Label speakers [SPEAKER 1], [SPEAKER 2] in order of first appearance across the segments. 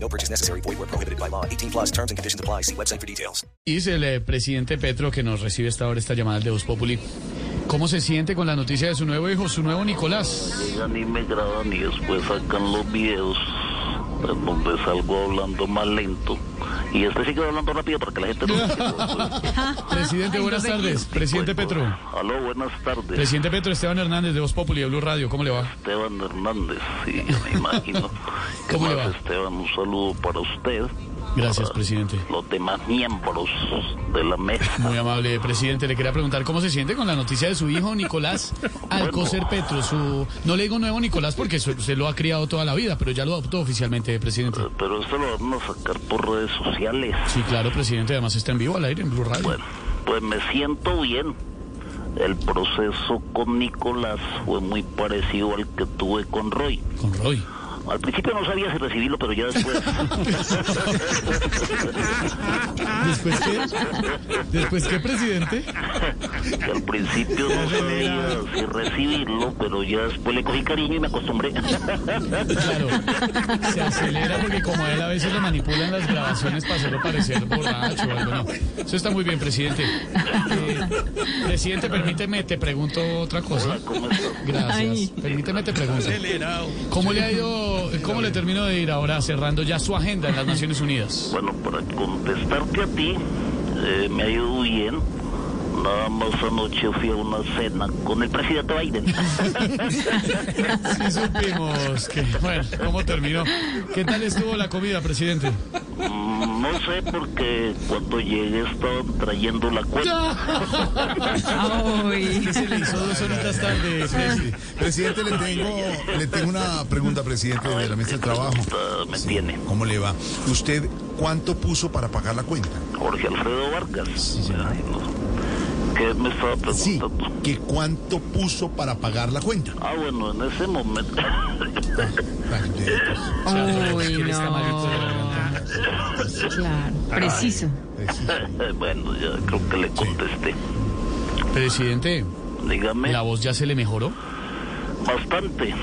[SPEAKER 1] No purchase necessary. Void where prohibited by law. 18 plus terms and conditions apply. See website for details.
[SPEAKER 2] Dice el eh, presidente Petro que nos recibe hasta ahora esta llamada de Voz Populi. ¿Cómo se siente con la noticia de su nuevo hijo, su nuevo Nicolás?
[SPEAKER 3] Llegan y me graban y después sacan los videos en donde salgo hablando más lento. Y este sigue hablando rápido para que la gente no...
[SPEAKER 2] Presidente, buenas tardes. Presidente Petro.
[SPEAKER 3] Aló, buenas tardes.
[SPEAKER 2] Presidente Petro, Esteban Hernández de Voz Populi de Blue Radio. ¿Cómo le va?
[SPEAKER 3] Esteban Hernández, sí, me imagino. ¿Qué
[SPEAKER 2] ¿Cómo le
[SPEAKER 3] más,
[SPEAKER 2] va?
[SPEAKER 3] Esteban? Un saludo para usted,
[SPEAKER 2] Gracias, presidente.
[SPEAKER 3] los demás miembros de la mesa.
[SPEAKER 2] Muy amable, presidente. Le quería preguntar cómo se siente con la noticia de su hijo Nicolás Alcocer Petro. Su... No le digo nuevo Nicolás porque su- se lo ha criado toda la vida, pero ya lo adoptó oficialmente, eh, presidente.
[SPEAKER 3] Pero esto lo vamos a sacar por redes sociales.
[SPEAKER 2] Sí, claro, presidente. Además está en vivo al aire en Blue Radio.
[SPEAKER 3] Bueno, pues me siento bien. El proceso con Nicolás fue muy parecido al que tuve con Roy.
[SPEAKER 2] Con Roy.
[SPEAKER 3] Al principio no sabía si recibirlo, pero ya después.
[SPEAKER 2] ¿Después qué? ¿Después qué, presidente?
[SPEAKER 3] que al principio no sabía si recibirlo, pero ya después le cogí cariño y me acostumbré.
[SPEAKER 2] Claro, se acelera porque como a él a veces lo manipulan las grabaciones para hacerlo parecer borracho o algo, ¿no? Eso está muy bien, presidente. Eh, presidente, permíteme, te pregunto otra cosa.
[SPEAKER 3] ¿Cómo estás?
[SPEAKER 2] Gracias. Permíteme, te pregunto. ¿Cómo le ha ido, cómo le termino de ir ahora cerrando ya su agenda en las Naciones Unidas?
[SPEAKER 3] Bueno, para contestarte a ti, eh, me ha ido bien. Nada más anoche fui a una cena con el presidente Biden.
[SPEAKER 2] Sí supimos que, bueno, ¿cómo terminó? ¿Qué tal estuvo la comida, presidente?
[SPEAKER 3] Mm, No sé porque cuando llegué estaban trayendo la cuenta.
[SPEAKER 2] ¿Qué se le hizo dos horitas tarde, presidente?
[SPEAKER 4] Presidente, le tengo, le tengo una pregunta, presidente, de la mesa de trabajo.
[SPEAKER 3] Ah, me tiene
[SPEAKER 4] ¿Cómo le va? ¿Usted cuánto puso para pagar la cuenta?
[SPEAKER 3] Jorge Alfredo Vargas. Ay, no. ¿Qué me estaba
[SPEAKER 4] Sí,
[SPEAKER 3] preguntando?
[SPEAKER 4] que cuánto puso para pagar la cuenta.
[SPEAKER 3] Ah, bueno, en ese momento.
[SPEAKER 4] Ay, de-
[SPEAKER 2] O sea, ¿quién está malito de la garganta?
[SPEAKER 5] Claro, preciso.
[SPEAKER 3] bueno, ya creo que le contesté.
[SPEAKER 2] Presidente,
[SPEAKER 3] Dígame,
[SPEAKER 2] ¿la voz ya se le mejoró?
[SPEAKER 3] bastante.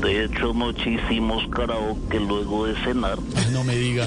[SPEAKER 3] De hecho, anoche hicimos karaoke luego de cenar.
[SPEAKER 2] Ay, Ah, no me diga.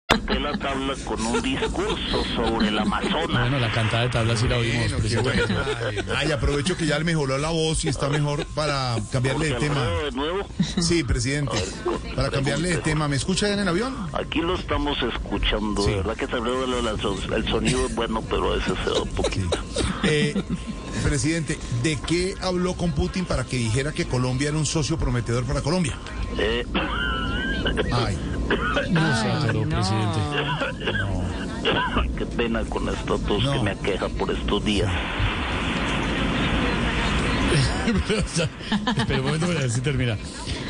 [SPEAKER 3] conté la tabla con un discurso sobre el Amazonas.
[SPEAKER 2] Bueno, la cantada de tabla sí la oímos,
[SPEAKER 4] Bueno, qué
[SPEAKER 2] presidente.
[SPEAKER 4] bueno. Ay, ay, aprovecho que ya le mejoró la voz y está mejor para cambiarle
[SPEAKER 3] Jorge
[SPEAKER 4] de tema.
[SPEAKER 3] Alfredo, de nuevo,
[SPEAKER 4] Sí, presidente, para cambiarle de tema. ¿Me escucha en el avión?
[SPEAKER 3] aquí lo estamos escuchando. De verdad que se abrió la- la- el sonido es bueno, pero a veces se da un poquito.
[SPEAKER 4] Eh, presidente, ¿de qué habló con Putin para que dijera que Colombia era un socio prometedor para Colombia?
[SPEAKER 3] Eh,
[SPEAKER 4] Ay.
[SPEAKER 2] No se atoró, presidente.
[SPEAKER 3] qué pena con esta tos que
[SPEAKER 4] No.
[SPEAKER 3] me aqueja por estos días.
[SPEAKER 2] Pero, o sea, espera un momento para ver si termina.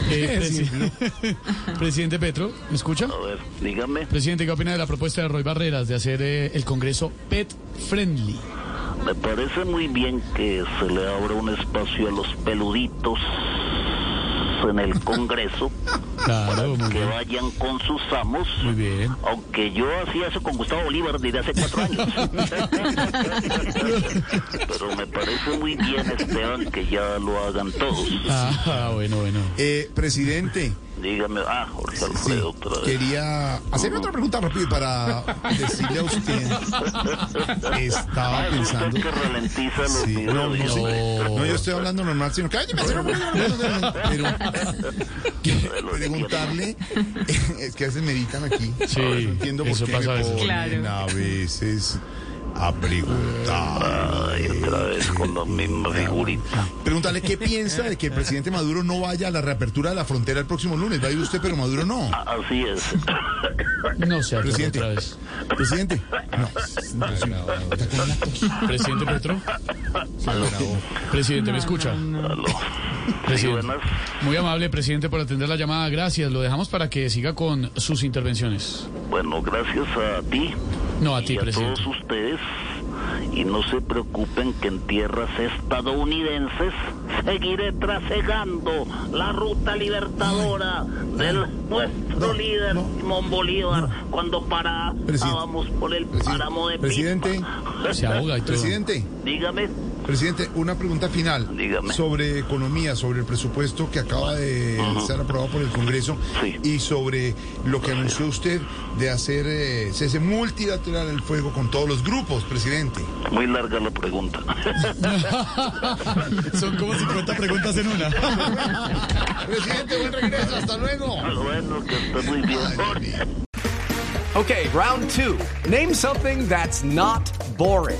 [SPEAKER 2] Eh, presi- presidente Petro, ¿me escucha?
[SPEAKER 3] A ver, dígame,
[SPEAKER 2] Presidente, ¿qué opina de la propuesta de Roy Barreras de hacer eh, el Congreso pet friendly?
[SPEAKER 3] me parece muy bien que se le abra un espacio a los peluditos en el Congreso,
[SPEAKER 2] Claro, muy
[SPEAKER 3] que
[SPEAKER 2] bien.
[SPEAKER 3] vayan con sus amos.
[SPEAKER 2] Muy bien.
[SPEAKER 3] Aunque yo hacía eso con Gustavo Bolívar desde hace cuatro años. Pero me parece muy bien, Esteban, que ya lo hagan todos.
[SPEAKER 2] Ah, bueno, bueno.
[SPEAKER 4] Eh, presidente,
[SPEAKER 3] Dígame, ah, Jorge Alfredo, otra vez.
[SPEAKER 4] Quería hacer otra pregunta rápido para decirle a usted. Estaba
[SPEAKER 3] Ay, usted
[SPEAKER 4] pensando.
[SPEAKER 3] que ralentiza los
[SPEAKER 4] Sí, no, no,
[SPEAKER 3] videos.
[SPEAKER 4] sí.
[SPEAKER 2] Oh,
[SPEAKER 4] No, yo estoy hablando normal, sino que ay, me hace una pregunta, pero quiero preguntarle es que a veces meditan aquí.
[SPEAKER 2] Sí,
[SPEAKER 4] A veces no entiendo por
[SPEAKER 2] eso
[SPEAKER 4] qué
[SPEAKER 2] pasa a
[SPEAKER 4] me
[SPEAKER 2] veces.
[SPEAKER 4] ponen a veces a preguntar.
[SPEAKER 3] Ay, otra vez con la misma figurita.
[SPEAKER 4] Preguntarle qué piensa de que el presidente Maduro no vaya a la reapertura de la frontera el próximo lunes. Va a ir usted, pero Maduro no.
[SPEAKER 3] Así es.
[SPEAKER 2] No sé,
[SPEAKER 4] Presidente.
[SPEAKER 2] otra vez.
[SPEAKER 4] Presidente. No.
[SPEAKER 2] Presidente Petro. Presidente, ¿me escucha?
[SPEAKER 3] Aló. Sí,
[SPEAKER 2] Presidente.
[SPEAKER 3] buenas.
[SPEAKER 2] Muy amable, presidente, por atender la llamada. Gracias. Lo dejamos para que siga con sus intervenciones.
[SPEAKER 3] Bueno, gracias a ti.
[SPEAKER 2] No, a ti,
[SPEAKER 3] y a
[SPEAKER 2] presidente.
[SPEAKER 3] todos ustedes. Y no se preocupen que en tierras estadounidenses seguiré trasegando la ruta libertadora del nuestro
[SPEAKER 4] no,
[SPEAKER 3] líder
[SPEAKER 4] no,
[SPEAKER 3] Simón Bolívar cuando parábamos por el
[SPEAKER 4] Presidente,
[SPEAKER 3] páramo de
[SPEAKER 4] presidente,
[SPEAKER 3] Pisma.
[SPEAKER 2] Se ahoga y todo.
[SPEAKER 4] Presidente.
[SPEAKER 3] Dígame.
[SPEAKER 4] Presidente, una pregunta final
[SPEAKER 3] Dígame.
[SPEAKER 4] sobre economía, sobre el presupuesto que acaba de ser aprobado por el Congreso
[SPEAKER 3] Sí.
[SPEAKER 4] y sobre lo que anunció usted de hacer eh, cese multilateral el fuego con todos los grupos, presidente.
[SPEAKER 3] Muy larga la pregunta.
[SPEAKER 2] Son como 50 preguntas en una.
[SPEAKER 4] Presidente, buen regreso, hasta luego.
[SPEAKER 3] bueno, que esté muy bien.
[SPEAKER 6] Okay, round two. Name something that's not boring.